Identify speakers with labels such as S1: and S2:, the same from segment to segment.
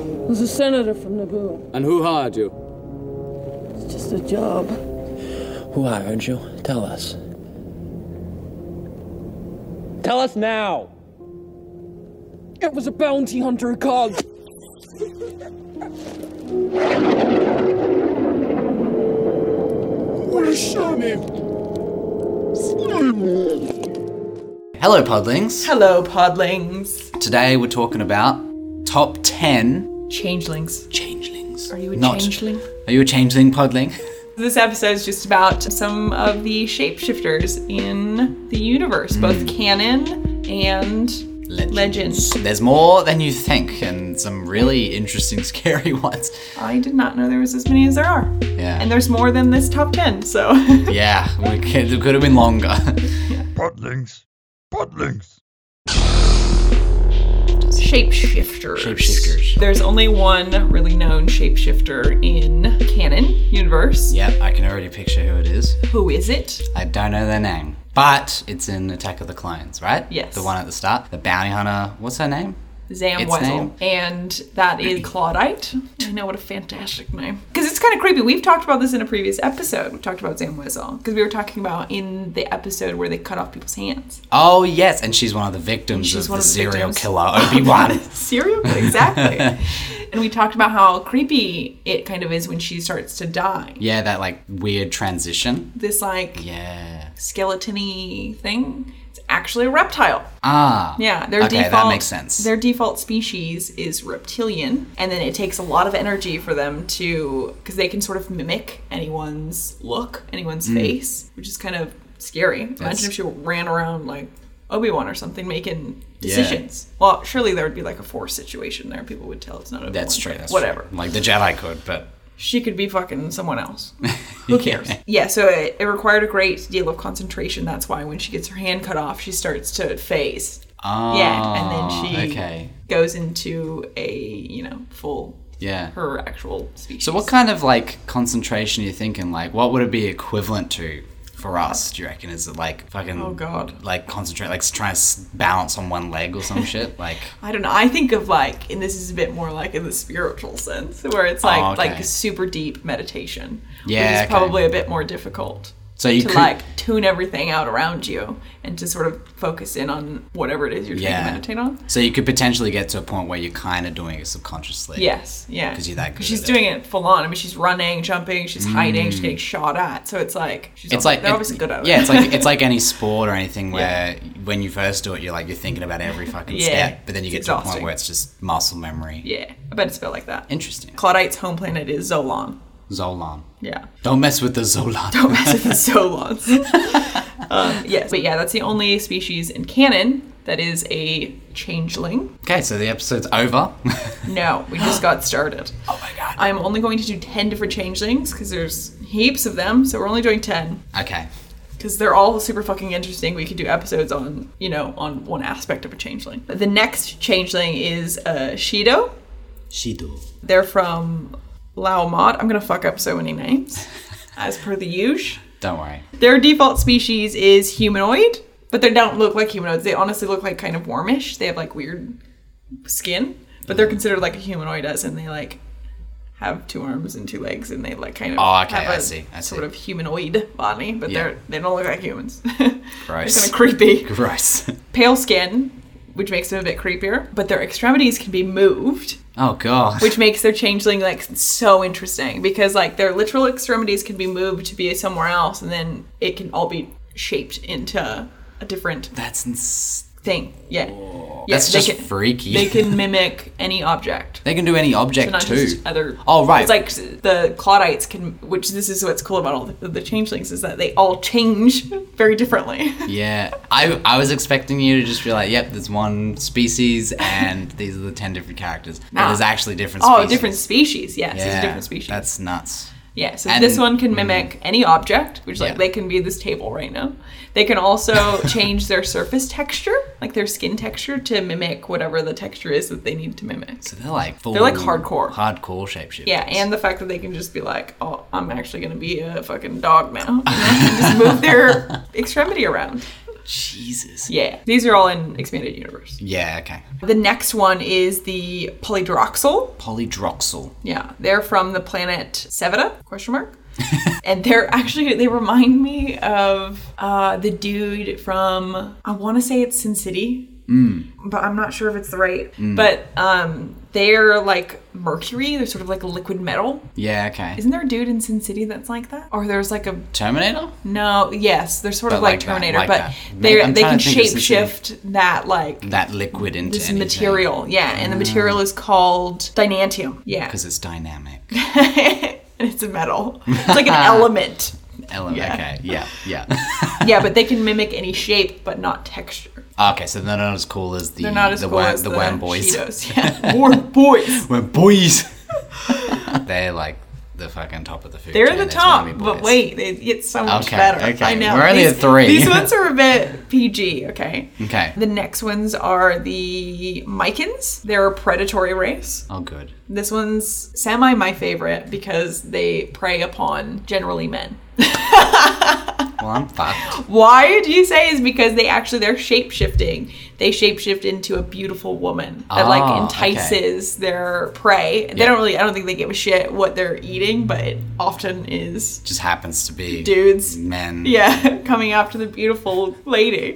S1: was a senator from Naboo.
S2: And who hired you?
S1: It's just a job.
S3: Who hired you? Tell us. Tell us now!
S1: It was a bounty hunter cog.
S4: Hello, Podlings.
S5: Hello, podlings.
S4: Today we're talking about top 10
S5: Changelings.
S4: changelings.
S5: Are you a
S4: Not-
S5: changeling?
S4: Are you a changeling, Podling?
S5: This episode is just about some of the shapeshifters in the universe,
S4: Hmm.
S5: both canon and legend.
S4: There's more than you think, and some really interesting, scary ones.
S5: I did not know there was as many as there are.
S4: Yeah.
S5: And there's more than this top 10, so.
S4: Yeah, we could, it could have been longer.
S6: Podlings. Podlings.
S5: shapeshifters.
S4: Shapeshifters.
S5: There's only one really known shapeshifter in canon universe.
S4: yep, I can already picture who it is.
S5: Who is it?
S4: I don't know their name, but it's in Attack of the Clones, right?
S5: Yes.
S4: The one at the start, the bounty hunter. What's her name?
S5: Zam
S4: Its
S5: Wessel.
S4: name?
S5: And that is Claudite. I know what a fantastic name. Because it's kind of creepy. We've talked about this in a previous episode. We talked about Zam Wessel. Because we were talking about in the episode where they cut off people's hands.
S4: Oh yes, and she's one of the victims
S5: She's
S4: of
S5: one
S4: the
S5: of the
S4: serial
S5: victims.
S4: killer Obi Wan.
S5: Serial? Exactly. and we talked about how creepy it kind of is when she starts to die.
S4: yeah, that like weird transition.
S5: This like
S4: Yeah.
S5: skeleton-y thing. It's actually a reptile.
S4: Ah.
S5: Yeah, their
S4: okay,
S5: default
S4: that makes sense.
S5: Their default species is reptilian, and then it takes a lot of energy for them to because they can sort of mimic anyone's look,
S4: Mm.
S5: anyone's face, which is kind of scary. Imagine if she ran around like Obi Wan or something making decisions. Well, surely there would be like a force situation there. People would tell it's not Obi Wan.
S4: That's true. That's
S5: Whatever.
S4: true. Like the Jedi could, but
S5: She could be fucking someone else. Who cares? Yeah, so it, it required a great deal of concentration. That's why when she gets her hand cut off, she starts to phase.
S4: Ah,
S5: yeah, and then she
S4: okay.
S5: goes into a you know full
S4: Yeah.
S5: her actual species.
S4: So what kind of like concentration are you thinking? Like what would it be equivalent to for us, do you reckon? Is it like fucking
S5: Oh, God.
S4: Like concentrate like trying to s- balance on one leg or some shit? Like
S5: I don't know. I think of like, and this is a bit more like in the spiritual sense, where it's like
S4: Oh, okay.
S5: like super deep meditation,
S4: Yeah,
S5: which is
S4: okay.
S5: probably a bit more difficult.
S4: So you
S5: to
S4: could-
S5: like tune everything out around you and to sort of focus in on whatever it is you're trying
S4: Yeah.
S5: to meditate on.
S4: So you could potentially get to a point where you're kind of doing it subconsciously.
S5: Yes, yeah.
S4: 'Cause you're that good
S5: She's
S4: at it. Mm.
S5: doing it full on. I mean, she's running, jumping, she's hiding, she's getting shot at. So it's like she's
S4: It's
S5: obvi-
S4: like
S5: they're
S4: it-
S5: obviously good at it.
S4: yeah, it's like it's like any sport or anything where when you first do it, you're like you're thinking about every fucking
S5: Yeah.
S4: step, but then you get
S5: It's
S4: to a point
S5: exhausting.
S4: where it's just muscle memory.
S5: yeah. I bet it's a bit like that.
S4: Interesting.
S5: Claudite's home planet is Zolan.
S4: Zolan.
S5: Yeah.
S4: Don't mess with the Zolan. Don't
S5: mess with the Zolans. um, yes, but yeah, that's the only species in canon that is a changeling.
S4: Okay, so the episode's over.
S5: No, we just got started.
S4: oh my god.
S5: I'm only going to do 10 different changelings because there's heaps of them, so we're only doing 10.
S4: Okay.
S5: because they're all super fucking interesting. We could do episodes on, you know, on one aspect of a changeling. The next changeling is uh, Shido.
S4: Shido.
S5: They're from Lao Mod. I'm gonna fuck up so many names, as per the usual.
S4: Don't worry.
S5: Their default species is humanoid, but they don't look like humanoids. They honestly look like kind of wormish. They have like weird skin, but
S4: Mm.
S5: they're considered like a humanoid as in they like have two arms and two legs and they like kind of
S4: Oh, okay,
S5: have
S4: I
S5: a
S4: see, I see.
S5: sort of humanoid body, but
S4: Yeah.
S5: they're they don't look like humans.
S4: Gross.
S5: it's kind of creepy.
S4: Gross.
S5: Pale skin, which makes them a bit creepier, but their extremities can be moved,
S4: oh god.
S5: which makes their changeling like so interesting because like their literal extremities can be moved to be somewhere else and then it can all be shaped into a different
S4: That's ins-
S5: thing. Yeah.
S4: that's
S5: Yes,
S4: just
S5: they can,
S4: freaky.
S5: They can mimic any object.
S4: They can do any object
S5: Not
S4: too.
S5: just other.
S4: Oh, right.
S5: It's like the Claudites can, which this is what's cool about all the, the changelings is that they all change very differently.
S4: Yeah, I, I was expecting you to just be like, yep, there's one species and these are the 10 different characters. But
S5: Nah.
S4: there's actually different
S5: Oh,
S4: species.
S5: different species. Yes,
S4: yeah,
S5: there's different species.
S4: That's nuts.
S5: yeah, so
S4: and-
S5: this one can mimic any object, which like
S4: Yeah.
S5: they can be this table right now. They can also change their surface texture, like their skin texture, to mimic whatever the texture is that they need to mimic.
S4: So they're like full.
S5: like hardcore.
S4: Hardcore shapeshifters.
S5: Yeah, and the fact that they can just be like, "Oh, I'm actually gonna be a fucking dog now," and just move their extremity around.
S4: Jesus.
S5: Yeah. These are all in expanded universe.
S4: Yeah, okay.
S5: The next one is the polydroxal.
S4: Polydroxal.
S5: Yeah, they're from the planet Sevada? Question mark. and they're actually they remind me of uh, the dude from I want to say it's Sin City,
S4: Mm.
S5: but I'm not sure if it's the right. But um, they're like mercury. They're sort of like liquid metal.
S4: Yeah, okay.
S5: Isn't there a dude in Sin City that's like that? Or there's like a
S4: Terminator?
S5: no, yes, they're sort
S4: But
S5: of like,
S4: like that,
S5: Terminator,
S4: like
S5: but
S4: that.
S5: they
S4: I'm
S5: they can
S4: trying to think of Sin City.
S5: shapeshift that like
S4: That liquid into
S5: this material. Yeah, and the
S4: Mm.
S5: material is called dynantium. Yeah.
S4: Because it's dynamic.
S5: and it's a metal. It's like an element.
S4: Element.
S5: Yeah.
S4: Okay. Yeah. Yeah.
S5: Yeah, but they can mimic any shape, but not texture.
S4: okay. So they're not as cool as the
S5: They're not as
S4: the
S5: cool
S4: worm,
S5: as
S4: the
S5: the,
S4: worm boys.
S5: Cheetos. Yeah, worm boys.
S4: Worm boys. they're like the fucking top of the food.
S5: They're
S4: chain,
S5: the
S4: those
S5: top,
S4: wormy
S5: but
S4: boys.
S5: wait, they get so much
S4: Okay,
S5: better.
S4: okay.
S5: I know.
S4: We're only
S5: these,
S4: at three. Mm.
S5: These ones are a bit PG. Okay.
S4: Okay.
S5: The next ones are the Mycans. They're a predatory race.
S4: Oh, good.
S5: This one's semi my favorite because they prey upon generally men.
S4: Well, I'm fucked.
S5: Why do you say is because they actually they're shape shifting. They shape shift into a beautiful woman that
S4: Ah,
S5: like
S4: okay.
S5: entices their prey. They
S4: Yeah.
S5: don't really I don't think they give a shit what they're eating, but it often is
S4: Just happens to be
S5: dudes
S4: men.
S5: yeah, coming after the beautiful lady.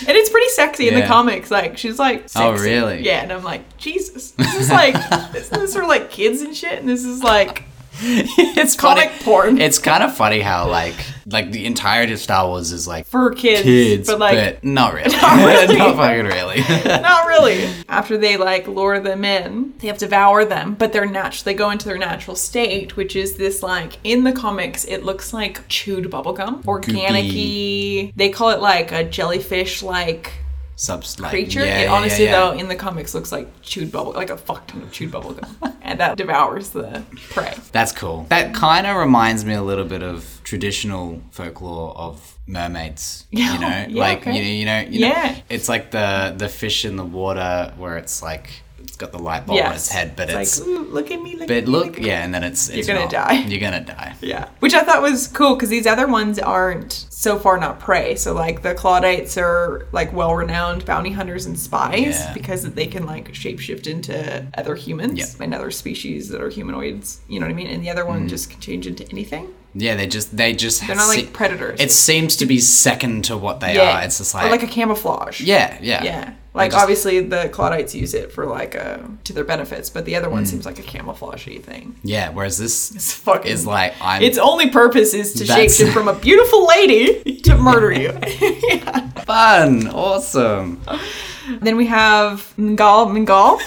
S5: And it's pretty sexy in the
S4: Yeah.
S5: comics. Like she's like sexy.
S4: Oh, really?
S5: Yeah, and I'm like, Jesus. This is like this is sort of like kids and shit and this is like
S4: it's
S5: comic
S4: funny.
S5: porn.
S4: It's kind of funny how like like the entirety of Star Wars is like
S5: for kids,
S4: kids,
S5: but like
S4: not really,
S5: Not really.
S4: not fucking really.
S5: not really. After they like lure them in, they have to devour them, but they're natural. They go into their natural state, which is this like in the comics, it looks like chewed bubblegum, organic y. They call it like a jellyfish like
S4: Subs like,
S5: creature.
S4: yeah,
S5: it
S4: yeah,
S5: honestly
S4: yeah, yeah.
S5: though in the comics looks like chewed bubble, like a fuck ton of chewed bubblegum, and that devours the prey.
S4: That's cool. That kind of reminds me a little bit of traditional folklore of mermaids.
S5: Yeah,
S4: You know,
S5: yeah,
S4: like
S5: okay.
S4: you know, you know, you know,
S5: Yeah.
S4: It's like the the fish in the water where it's like it's got the light bulb on its head, but it's,
S5: like, "Ooh, look at me, look at
S4: but
S5: me,
S4: look,
S5: at me."
S4: yeah, and then it's, it's
S5: gonna
S4: not.
S5: die.
S4: You're gonna die.
S5: Yeah. Which I thought was cool because these other ones aren't so far not prey. So like the Claudites are like well renowned bounty hunters and spies
S4: Yeah.
S5: because they can like shapeshift into other humans
S4: Yep.
S5: and other species that are humanoids. You know what I mean? And the other
S4: Mm-hmm.
S5: one just can change into anything.
S4: Yeah, they just they just
S5: They're not
S4: se-
S5: like predators.
S4: It seems to be second to what they are. It's just
S5: or
S4: like,
S5: like a camouflage.
S4: yeah, yeah,
S5: Yeah. Like
S4: just-
S5: obviously the Claudites use it for like a to their benefits, but the other
S4: Mm.
S5: one seems like a camouflagey thing.
S4: yeah. Whereas this
S5: It's fucking
S4: is like I'm.
S5: Its only purpose is to
S4: That's-
S5: shapeshift from a beautiful lady to murder you.
S4: fun, awesome.
S5: Then we have Mngal Mngal.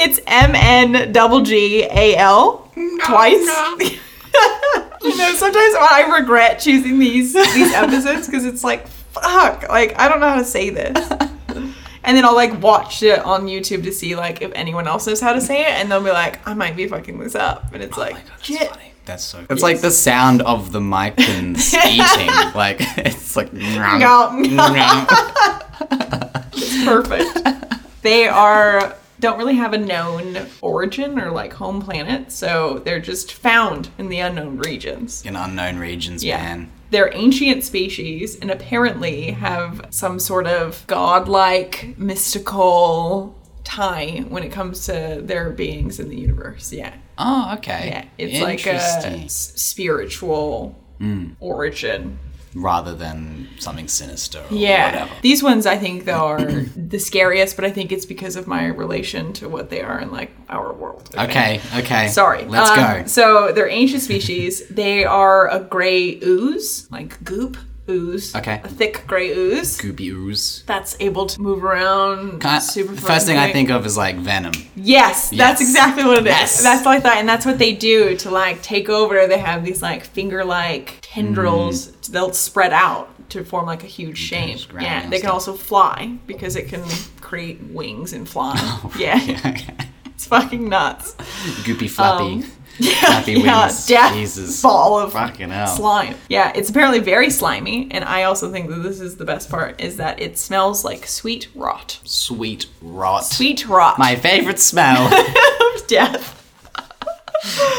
S5: it's M N double G A L twice. you know, sometimes I regret choosing these these episodes because it's like fuck, like I don't know how to say this. And then I'll like watch it on YouTube to see like if anyone else knows how to say it, and they'll be like, I might be fucking this up, and it's like, shit.
S4: That's so. It's like the sound of the micans eating. Like it's like.
S5: Nom, Perfect. they are don't really have a known origin or like home planet, so they're just found in the unknown regions.
S4: In unknown regions, man.
S5: They're ancient species and apparently have some sort of godlike mystical tie when it comes to their beings in the universe. Yeah.
S4: Oh, okay.
S5: Yeah. It's like a
S4: Interesting. Mm.
S5: s- spiritual origin.
S4: Rather than something sinister. Or
S5: Yeah.
S4: Whatever.
S5: These ones I think though are the scariest, but I think it's because of my relation to what they are in like our world.
S4: Okay. Okay.
S5: Sorry.
S4: Let's
S5: Um,
S4: go.
S5: So they're ancient species. they are a gray ooze, like goop ooze.
S4: Okay.
S5: A thick gray ooze.
S4: Goopy ooze.
S5: That's able to move around.
S4: Kind-
S5: super
S4: first thing I
S5: fluidly.
S4: think of is like venom.
S5: Yes, that's
S4: Yes.
S5: exactly what it is.
S4: Yes.
S5: That's what I thought, and that's what they do to like take over. They have these like finger-like tendrils.
S4: Mm-hmm.
S5: They'll spread out to form like a huge shape.
S4: just grab it
S5: Yeah,
S4: and
S5: they can
S4: stuff.
S5: also fly because it can create wings and fly.
S4: Oh,
S5: yeah, it's fucking nuts.
S4: Goopy flappy.
S5: Um,
S4: flappy
S5: yeah,
S4: wings.
S5: death
S4: Jesus.
S5: ball of
S4: Fucking hell.
S5: slime. Yeah, it's apparently very slimy, and I also think that this is the best part is that it smells like sweet rot.
S4: Sweet rot.
S5: Sweet rot.
S4: My favorite smell.
S5: death.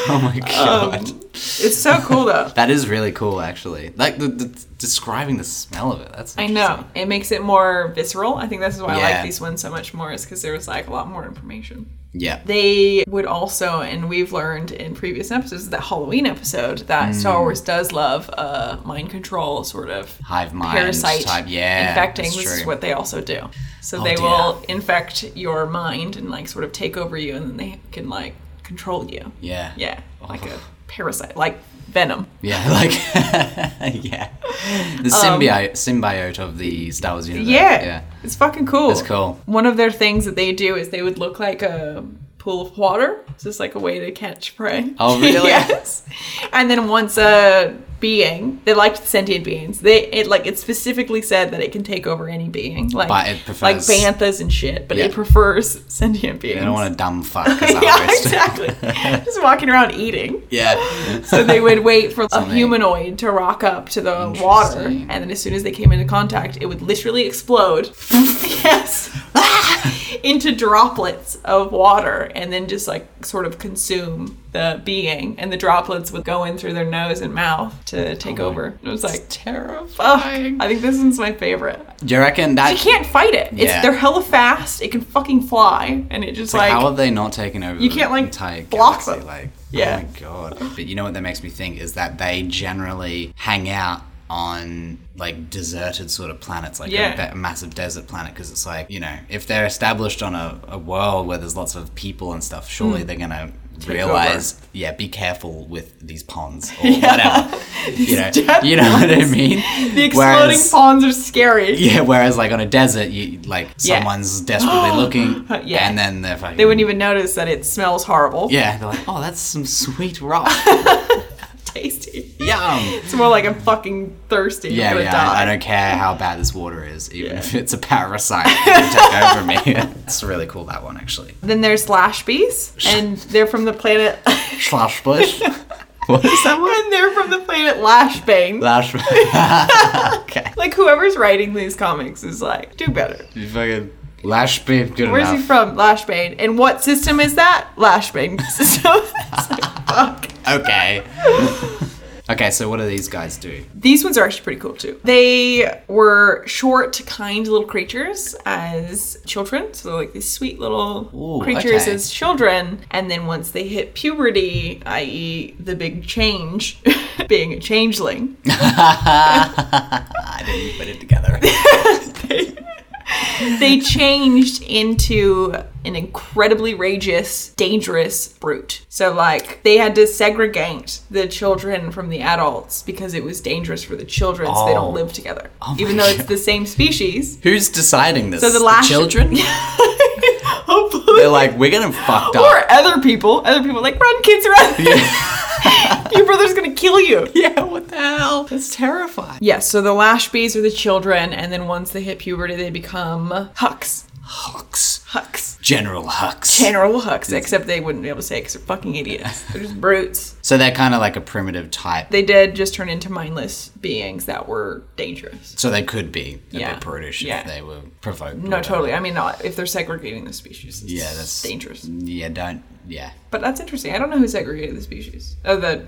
S4: oh my god.
S5: It's so cool though.
S4: That is really cool, actually. Like the, the, describing the smell of it. That's
S5: I know. It makes it more visceral. I think this is why I
S4: Yeah.
S5: like these ones so much more, is because there was like a lot more information.
S4: Yeah.
S5: They would also, and we've learned in previous episodes, that Halloween episode,
S4: Mm.
S5: that Star Wars does love uh, mind control sort of
S4: Hive mind
S5: parasite
S4: type. Yeah,
S5: infecting.
S4: that's
S5: This is
S4: true.
S5: what they also do. So
S4: Oh,
S5: they
S4: dear.
S5: will infect your mind and like sort of take over you, and then they can like control you.
S4: Yeah.
S5: Yeah, like
S4: Oh.
S5: a parasite, like venom.
S4: Yeah. Like. yeah. The symbiote symbiote of the Star Wars universe.
S5: Um, Yeah.
S4: Yeah.
S5: It's fucking cool.
S4: That's cool.
S5: One of their things that they do is they would look like a pool of water. It's just like a way to catch prey.
S4: Oh, really?
S5: yes. And then once a being, they like sentient beings. They it like it's specifically said that it can take over any being, like
S4: But it prefers-
S5: like banthas and shit. But
S4: Yeah.
S5: it prefers sentient beings.
S4: You don't want a dumb fuck as a
S5: yeah,
S4: host.
S5: exactly. just walking around eating.
S4: yeah.
S5: So they would wait for a
S4: Something.
S5: humanoid to rock up to the water,
S4: Interesting.
S5: and then as soon as they came into contact, it would literally explode. yes. into droplets of water, and then just like sort of consume the being, and the droplets would go in through their nose and mouth
S4: Oh
S5: to take over. It was like terrifying. I think this one's my favorite.
S4: Do you reckon that?
S5: You can't fight it. It's
S4: Yeah.
S5: they're hella fast. It can fucking fly, and it just like,
S4: How have they not taken over?
S5: You
S4: the
S5: can't, like,
S4: entire
S5: block
S4: galaxy?
S5: them.
S4: Like,
S5: Yeah.
S4: oh my god! But you know what that makes me think is that they generally hang out on like deserted sort of planets, like a
S5: Yeah.
S4: de- a, massive desert planet, because it's like you know if they're established on a, a world where there's lots of people and stuff,
S5: Hmm.
S4: surely they're gonna realize, yeah, be careful with these ponds or whatever. You know,
S5: dead
S4: you know what I mean?
S5: the exploding ponds are scary.
S4: Yeah, whereas like on a desert, you like
S5: Yeah.
S4: someone's desperately looking,
S5: Yeah.
S4: and then they're fucking.
S5: They wouldn't even notice that it smells horrible.
S4: Yeah, they're like, oh, that's some sweet rock.
S5: tasty.
S4: Yum.
S5: It's more like I'm fucking thirsty. I'm
S4: Yeah,
S5: gonna
S4: yeah.
S5: die.
S4: I, I don't care how bad this water is, even if it's a parasite that can take over me. it's really cool that one actually.
S5: Then there's slash bees, and they're from the planet.
S4: Slash bush. what is that one?
S5: and they're from the planet Lashbang.
S4: Slash. okay.
S5: like whoever's writing these comics is like, do better.
S4: You fucking lash babe. Good
S5: Where's he
S4: enough.
S5: from? Lashbane. And what system is that? Lashbang system. It's like, fuck.
S4: Okay. okay. So what do these guys do?
S5: These ones are actually pretty cool too. They were short, kind little creatures as children. So they're like these sweet little
S4: Ooh,
S5: creatures
S4: okay.
S5: as children. And then once they hit puberty, i.e., the big change, being a changeling,
S4: I didn't put it together.
S5: they changed into an incredibly rageous, dangerous brute. So, like, they had to segregate the children from the adults because it was dangerous for the children, so they
S4: Oh.
S5: don't live together.
S4: my
S5: Even though it's
S4: God.
S5: the same species.
S4: Who's deciding this?
S5: So the lash
S4: children.
S5: Hopefully.
S4: They're like, we're getting fucked up.
S5: or other people. Other people are like, run, kids, run. Your brother's gonna kill you.
S4: yeah. What the hell? That's terrifying.
S5: Yes, so the lash bees are the children, and then once they hit puberty, they become hucks.
S4: Hux.
S5: Hucks.
S4: General Hux.
S5: General hucks, except they wouldn't be able to say because they're fucking idiots. They're just brutes.
S4: so they're kind of like a primitive type.
S5: They did just turn into mindless beings that were dangerous.
S4: so they could be a
S5: Yeah.
S4: bit brutish
S5: Yeah.
S4: if they were provoked. or
S5: No,
S4: whatever.
S5: totally. I mean, not if they're segregating the species. It's
S4: Yeah, that's
S5: dangerous.
S4: Yeah, don't. Yeah.
S5: But that's interesting. I don't know who segregated the species. Oh, the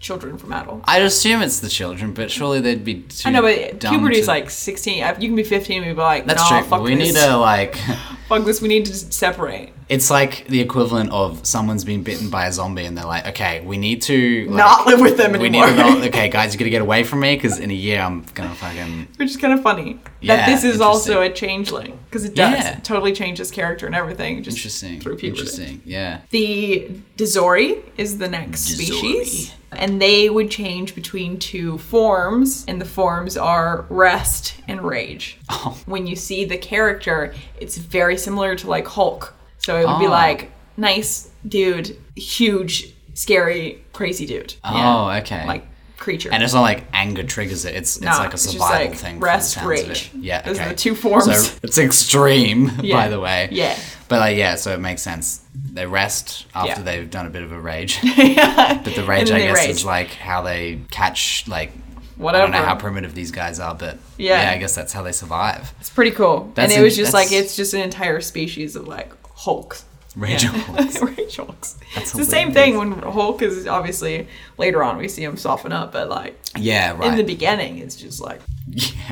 S5: children from adults.
S4: I'd assume it's the children, but surely they'd be too.
S5: I know, but
S4: dumb
S5: puberty's
S4: to-
S5: like 16. I- You can be 15 and be like,
S4: That's
S5: nah,
S4: true.
S5: fuck
S4: we
S5: this.
S4: need to like.
S5: Fuck this, we need to separate.
S4: It's like the equivalent of someone's been bitten by a zombie, and they're like, "Okay, we need to like,
S5: Not live with them
S4: We need
S5: anymore.
S4: to not, okay, guys, you gotta get away from me because in a year I'm gonna fucking
S5: Which is kind of funny.
S4: Yeah,
S5: that this is
S4: interesting.
S5: also a changeling. Because it does.
S4: Yeah.
S5: It totally changes character and everything. Just
S4: interesting.
S5: Through puberty.
S4: Interesting, yeah.
S5: The Dazori is the next
S4: Dazori.
S5: species. And they would change between two forms, and the forms are rest and rage.
S4: Oh.
S5: When you see the character, it's very similar to like Hulk. So it would be
S4: Oh.
S5: like, nice dude, huge, scary, crazy dude.
S4: Oh, okay.
S5: Like creature.
S4: And it's not like anger triggers it. It's it's
S5: No,
S4: like a
S5: it's just,
S4: survival
S5: like,
S4: thing.
S5: rest,
S4: for the sounds of
S5: rage.
S4: it. Yeah.
S5: Those are
S4: okay.
S5: the two forms.
S4: So it's extreme, by
S5: Yeah.
S4: the way.
S5: Yeah.
S4: But like, yeah. So it makes sense. They rest after
S5: Yeah.
S4: they've done a bit of a rage. But the rage,
S5: then
S4: I
S5: they
S4: guess,
S5: rage.
S4: is like how they catch like. I
S5: Whatever.
S4: don't know how primitive these guys are, but
S5: Yeah.
S4: yeah, I guess that's how they survive.
S5: It's pretty cool.
S4: That's
S5: and it was
S4: in-
S5: just
S4: that's-
S5: like it's just an entire species of like Hulk.
S4: Rage Orcs.
S5: Rage orcs. It's the
S4: hilarious.
S5: same thing when Hulk is obviously later on we see him soften up, but like
S4: Yeah, right.
S5: in the beginning it's just like
S4: Yeah,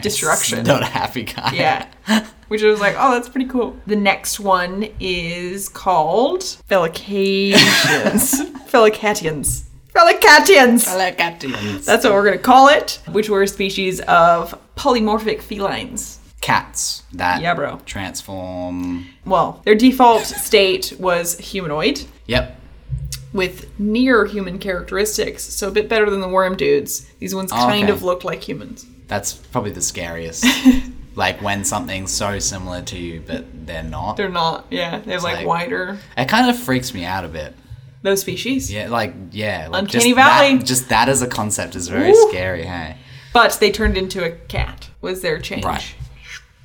S5: destruction.
S4: it's Not a happy guy.
S5: yeah. Which I was like, oh, that's pretty cool. The next one is called Felicatians. Felicatians. Felicatians.
S4: Pelicatians.
S5: That's what we're gonna call it. Which were a species of polymorphic felines.
S4: Cats that
S5: Yeah, bro.
S4: transform.
S5: Well, their default state was humanoid.
S4: Yep.
S5: with near human characteristics, so a bit better than the worm dudes. These ones
S4: Oh,
S5: kind
S4: okay.
S5: of looked like humans.
S4: That's probably the scariest. like when something's so similar to you, but they're not.
S5: They're not, yeah, they're like,
S4: like-
S5: wider.
S4: it kind of freaks me out a bit.
S5: Those species.
S4: Yeah, like yeah, like
S5: Uncanny
S4: just that-
S5: Valley.
S4: just that as a concept is very
S5: Woo.
S4: scary. Hey,
S5: But they turned into a cat, was their change.
S4: Right.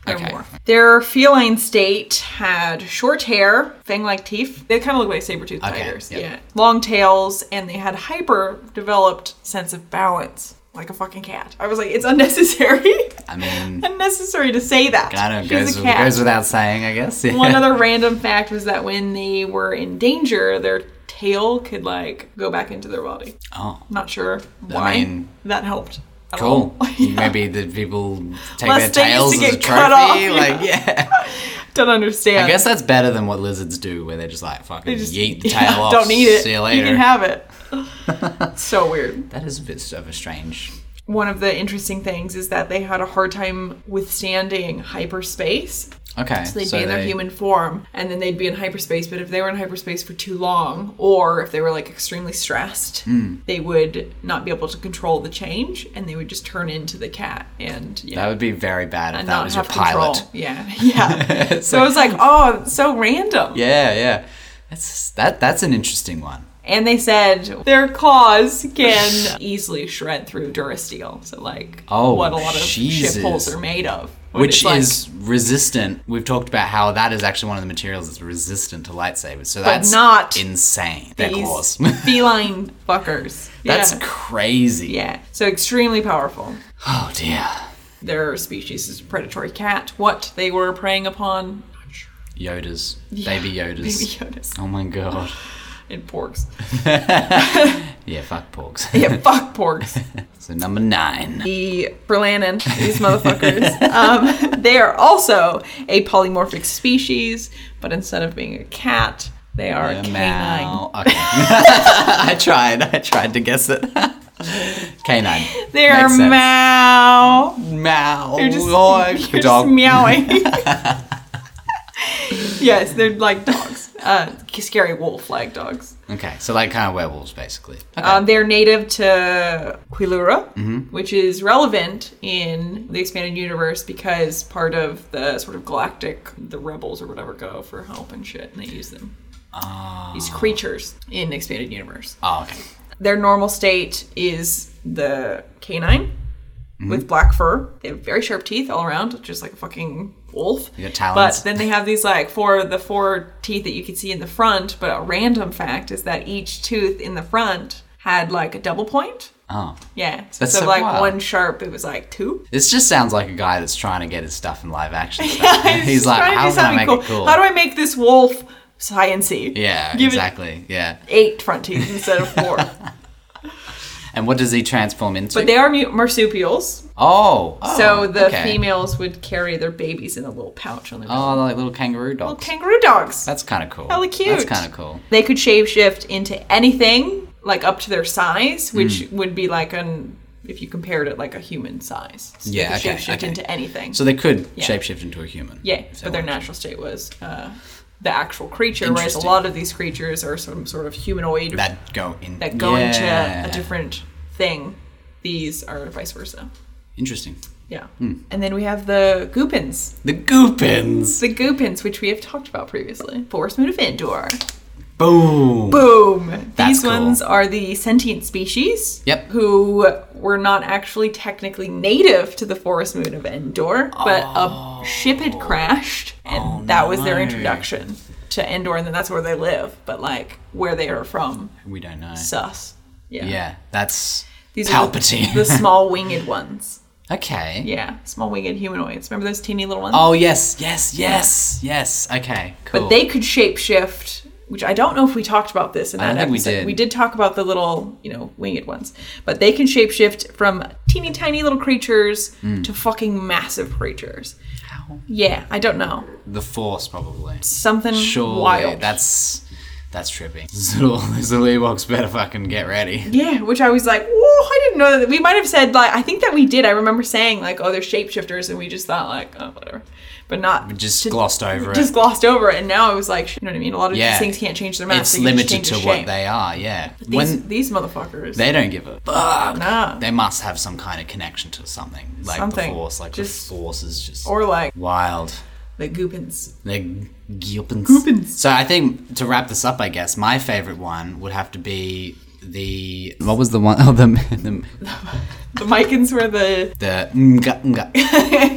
S5: Their
S4: Okay.
S5: morph. Their feline state had short hair, fang like teeth. They kind of look like saber toothed
S4: Okay,
S5: tigers.
S4: yeah.
S5: Yeah. Long tails, and they had hyper developed sense of balance. Like a fucking cat. I was like, it's unnecessary.
S4: I mean,
S5: unnecessary to say that.
S4: kind of
S5: She's
S4: goes
S5: a
S4: with-
S5: cat.
S4: goes without saying, I guess. Yeah.
S5: One other random fact was that when they were in danger, their tail could like go back into their body.
S4: Oh,
S5: Not sure why
S4: mean-
S5: that helped. at
S4: cool.
S5: all. Yeah.
S4: Maybe the people take
S5: Unless
S4: their
S5: they used
S4: tails
S5: to
S4: as a
S5: get cut off,
S4: trophy. Like yeah,
S5: Don't understand.
S4: I guess that's better than what lizards do, where they're just like fucking yeet the tail
S5: yeah,
S4: off.
S5: Don't need it.
S4: See you later.
S5: can have it. so weird.
S4: that is a bit of a strange.
S5: One of the interesting things is that they had a hard time withstanding hyperspace.
S4: Okay,
S5: So they'd be in their human form, and then they'd be in hyperspace. But if they were in hyperspace for too long, or if they were like extremely stressed,
S4: Hmm.
S5: they would not be able to control the change, and they would just turn into the cat and yeah,
S4: That would be very bad if
S5: and
S4: that was your pilot.
S5: control. Yeah, yeah.
S4: It's
S5: so it was like, oh, it's so random.
S4: Yeah, yeah. That's that. That's an interesting one.
S5: And they said their claws can easily shred through durasteel. So like,
S4: Oh,
S5: what a lot of
S4: Jesus.
S5: ship holes are made of. But
S4: Which
S5: it's like-
S4: is resistant. We've talked about how that is actually one of the materials that's resistant to lightsabers. So that's
S5: not
S4: insane. Their
S5: these
S4: claws.
S5: feline fuckers.
S4: that's
S5: Yeah.
S4: crazy.
S5: Yeah, so extremely powerful.
S4: Oh dear.
S5: Their species is a predatory cat. What they were preying upon,
S4: Yodas. Baby Yodas.
S5: baby Yodas
S4: Oh my god.
S5: and porks.
S4: Yeah, fuck porks.
S5: Yeah, fuck porks.
S4: so number nine.
S5: The Berlanin, these motherfuckers. um, they are also a polymorphic species, but instead of being a cat, they are a
S4: Yeah,
S5: canine.
S4: Mal. Okay. I tried. I tried to guess it. Canine.
S5: They are
S4: Makes sense.
S5: meow.
S4: Mal.
S5: They're just,
S4: like
S5: they're
S4: a
S5: just
S4: dog.
S5: meowing. yes, they're like dogs. Uh, scary wolf-like dogs.
S4: okay, so like kind of werewolves, basically. Okay.
S5: Um, they're native to Quilura, which is relevant in the expanded universe because part of the sort of galactic, the rebels or whatever go for help and shit, and they use them. These creatures in expanded universe.
S4: oh, okay.
S5: Their normal state is the canine
S4: Mm-hmm.
S5: with black fur. They have very sharp teeth all around, just like a fucking wolf.
S4: got talons.
S5: But then they have these like four the four teeth that you could see in the front. But a random fact is that each tooth in the front had like a double point.
S4: Oh.
S5: Yeah.
S4: That's
S5: so,
S4: so
S5: like
S4: wild.
S5: one sharp, it was like two.
S4: This just sounds like a guy that's trying to get his stuff in live action. Stuff. He's
S5: Just
S4: like,
S5: trying to
S4: how
S5: do
S4: can I
S5: something
S4: make it cool?
S5: How do I make this wolf sciency?
S4: yeah,
S5: Give it-
S4: exactly. Yeah.
S5: Eight front teeth instead of four.
S4: And what does he transform into?
S5: but they are mu- marsupials,
S4: oh, oh,
S5: so the
S4: okay.
S5: females would carry their babies in a little pouch on their belly.
S4: Oh, they're like little kangaroo dogs.
S5: Little kangaroo dogs.
S4: that's kind of cool.
S5: Hella cute.
S4: That's kind of cool.
S5: They could shapeshift into anything, like up to their size, which
S4: Hmm.
S5: would be like an if you compared it like a human size. So
S4: Yeah,
S5: they could
S4: okay,
S5: shapeshift
S4: okay.
S5: into anything.
S4: So they could shapeshift into a human.
S5: yeah,
S4: if they
S5: but their
S4: wanted
S5: natural state was uh, the actual creature, whereas a
S4: Interesting.
S5: lot of these creatures are some sort of humanoid
S4: to. That go in.
S5: that go
S4: Yeah.
S5: into a different thing. These are vice versa.
S4: Interesting.
S5: Yeah.
S4: Hmm.
S5: And then we have the Goopins.
S4: The Goopins.
S5: The Goopins, which we have talked about previously. Forest Moon of Endor.
S4: Boom.
S5: Boom.
S4: That's
S5: These ones
S4: cool.
S5: are the sentient species.
S4: Yep.
S5: Who were not actually technically native to the forest moon of Endor, but a ship had crashed, and that was their
S4: Oh. no.
S5: introduction to Endor, and then that's where they live. But like where they are from,
S4: We don't know.
S5: sus. Yeah.
S4: yeah, that's
S5: These
S4: Palpatine.
S5: are the, the small winged ones.
S4: Okay.
S5: Yeah, small winged humanoids. Remember those teeny little ones?
S4: Oh yes, yes, yes, yes. Okay, cool.
S5: But they could shapeshift, which I don't know if we talked about this in
S4: I
S5: that
S4: don't think we
S5: episode.
S4: did.
S5: talk about the little, you know, winged ones. But they can shapeshift from teeny tiny little creatures to fucking massive creatures.
S4: Hmm. How?
S5: Yeah, I don't know.
S4: the force probably.
S5: Something
S4: Surely
S5: wild.
S4: that's that's trippy. Zul, Zul Ewoks better fucking get ready.
S5: yeah, which I was like, whoa, I didn't know that. We might have said, like, I think that we did. I remember saying, like, oh, they're shapeshifters, and we just thought, like, oh, whatever. But not.
S4: Just
S5: to-
S4: glossed over it.
S5: Just glossed over it, and now it was like, you know what I mean? A lot of
S4: Yeah.
S5: these things can't change their
S4: it's
S5: mass. they can
S4: limited
S5: just change
S4: to
S5: the shape.
S4: what they are. Yeah.
S5: These, uh,
S4: when
S5: these motherfuckers.
S4: they don't give a fuck.
S5: Nah.
S4: They must have some kind of connection to something, like
S5: Something.
S4: the force. Like
S5: Just-
S4: the force is just
S5: or like
S4: wild.
S5: the goopins.
S4: The Gilpins.
S5: Gilpins.
S4: So I think to wrap this up, I guess my favorite one would have to be the what was the one? Oh, the the
S5: The Micans were the
S4: the mga mga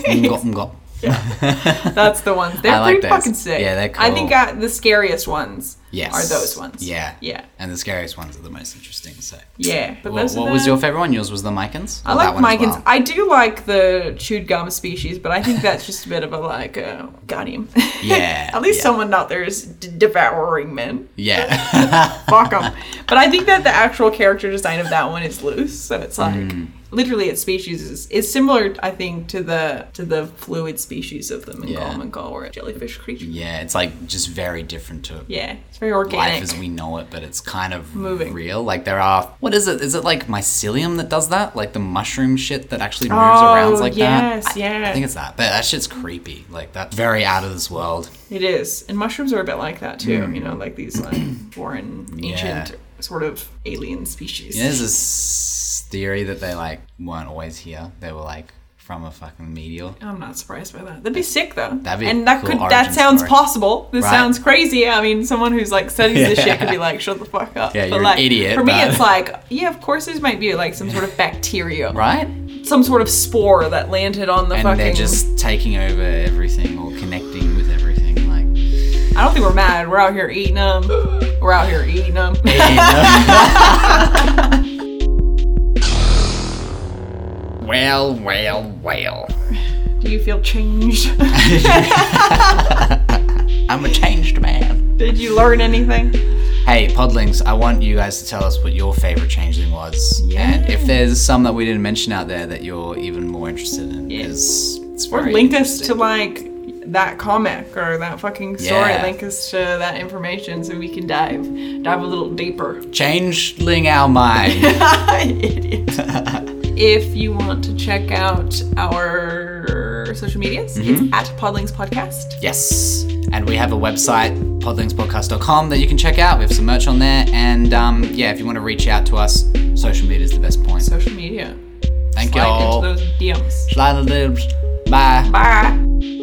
S4: mga mga.
S5: that's the ones. They're
S4: I like
S5: pretty
S4: those.
S5: fucking sick.
S4: Yeah, they're
S5: I think
S4: cool.
S5: uh the scariest ones
S4: Yes.
S5: are those ones.
S4: Yeah.
S5: Yeah.
S4: And the scariest ones are the most interesting. So.
S5: Yeah. But
S4: What,
S5: those are
S4: what
S5: the-
S4: was your favorite one? Yours was the Micans.
S5: I
S4: Or
S5: like
S4: that one as
S5: Micans.
S4: well?
S5: I do like the chewed gum species, but I think that's just a bit of a like, uh, got him.
S4: Yeah,
S5: At least
S4: yeah.
S5: someone out there is d- devouring men.
S4: yeah.
S5: Fuck 'em. but I think that the actual character design of that one is loose, so it's like
S4: Mm.
S5: literally its species is, is similar, I think, to the to the fluid species of the Mongol
S4: Yeah.
S5: Mongol or jellyfish creature. Yeah.
S4: yeah. It's like just very different to.
S5: it's very
S4: Life
S5: organic.
S4: as we know it, but it's kind of
S5: Moving.
S4: real. Like there are, what is it? Is it like mycelium that does that? Like the mushroom shit that actually moves
S5: Oh,
S4: around like
S5: yes,
S4: that? I-
S5: yeah.
S4: I think it's that. But that shit's creepy. Like that's very out of this world.
S5: It is, and mushrooms are a bit like that too. You know, like these like foreign, ancient
S4: Hmm. Yeah.
S5: sort of alien species.
S4: You know, there's this theory that they like weren't always here. They were like from a fucking meteor.
S5: I'm not surprised by that. That'd be sick though.
S4: That'd be
S5: and that
S4: cool
S5: could
S4: origin
S5: that sounds
S4: story.
S5: possible. This
S4: Right.
S5: sounds crazy. I mean, someone who's like studies this shit could be like, shut the fuck up.
S4: Yeah,
S5: But,
S4: you're an
S5: like,
S4: idiot,
S5: For me,
S4: but-
S5: it's like, yeah, of course, this might be like some sort of bacteria,
S4: Right?
S5: Some sort of spore that landed on the
S4: And
S5: fucking.
S4: they're just taking over everything or connecting with everything. Like,
S5: I don't think we're mad. We're out here eating them. We're out here eating them.
S4: well, well, well.
S5: Do you feel changed?
S4: I'm a changed man.
S5: Did you learn anything?
S4: Hey, Podlings, I want you guys to tell us what your favorite changeling was. And if there's some that we didn't mention out there that you're even more interested in,
S5: Yeah.
S4: because it's
S5: Or
S4: very
S5: link us to
S4: interesting.
S5: like that comic or that fucking story.
S4: Yeah.
S5: Link us to that information so we can dive dive a little deeper.
S4: Changeling our mind.
S5: Idiot. if you want to check out our social medias,
S4: Mm-hmm.
S5: it's at Podlings Podcast.
S4: yes. And we have a website, podlingspodcast.com, that you can check out. We have some merch on there. And um, yeah, if you want to reach out to us, social media is the best point.
S5: Social media.
S4: Thank you
S5: Slide
S4: all.
S5: into those DMs.
S4: Slide the dibs. Bye.
S5: Bye.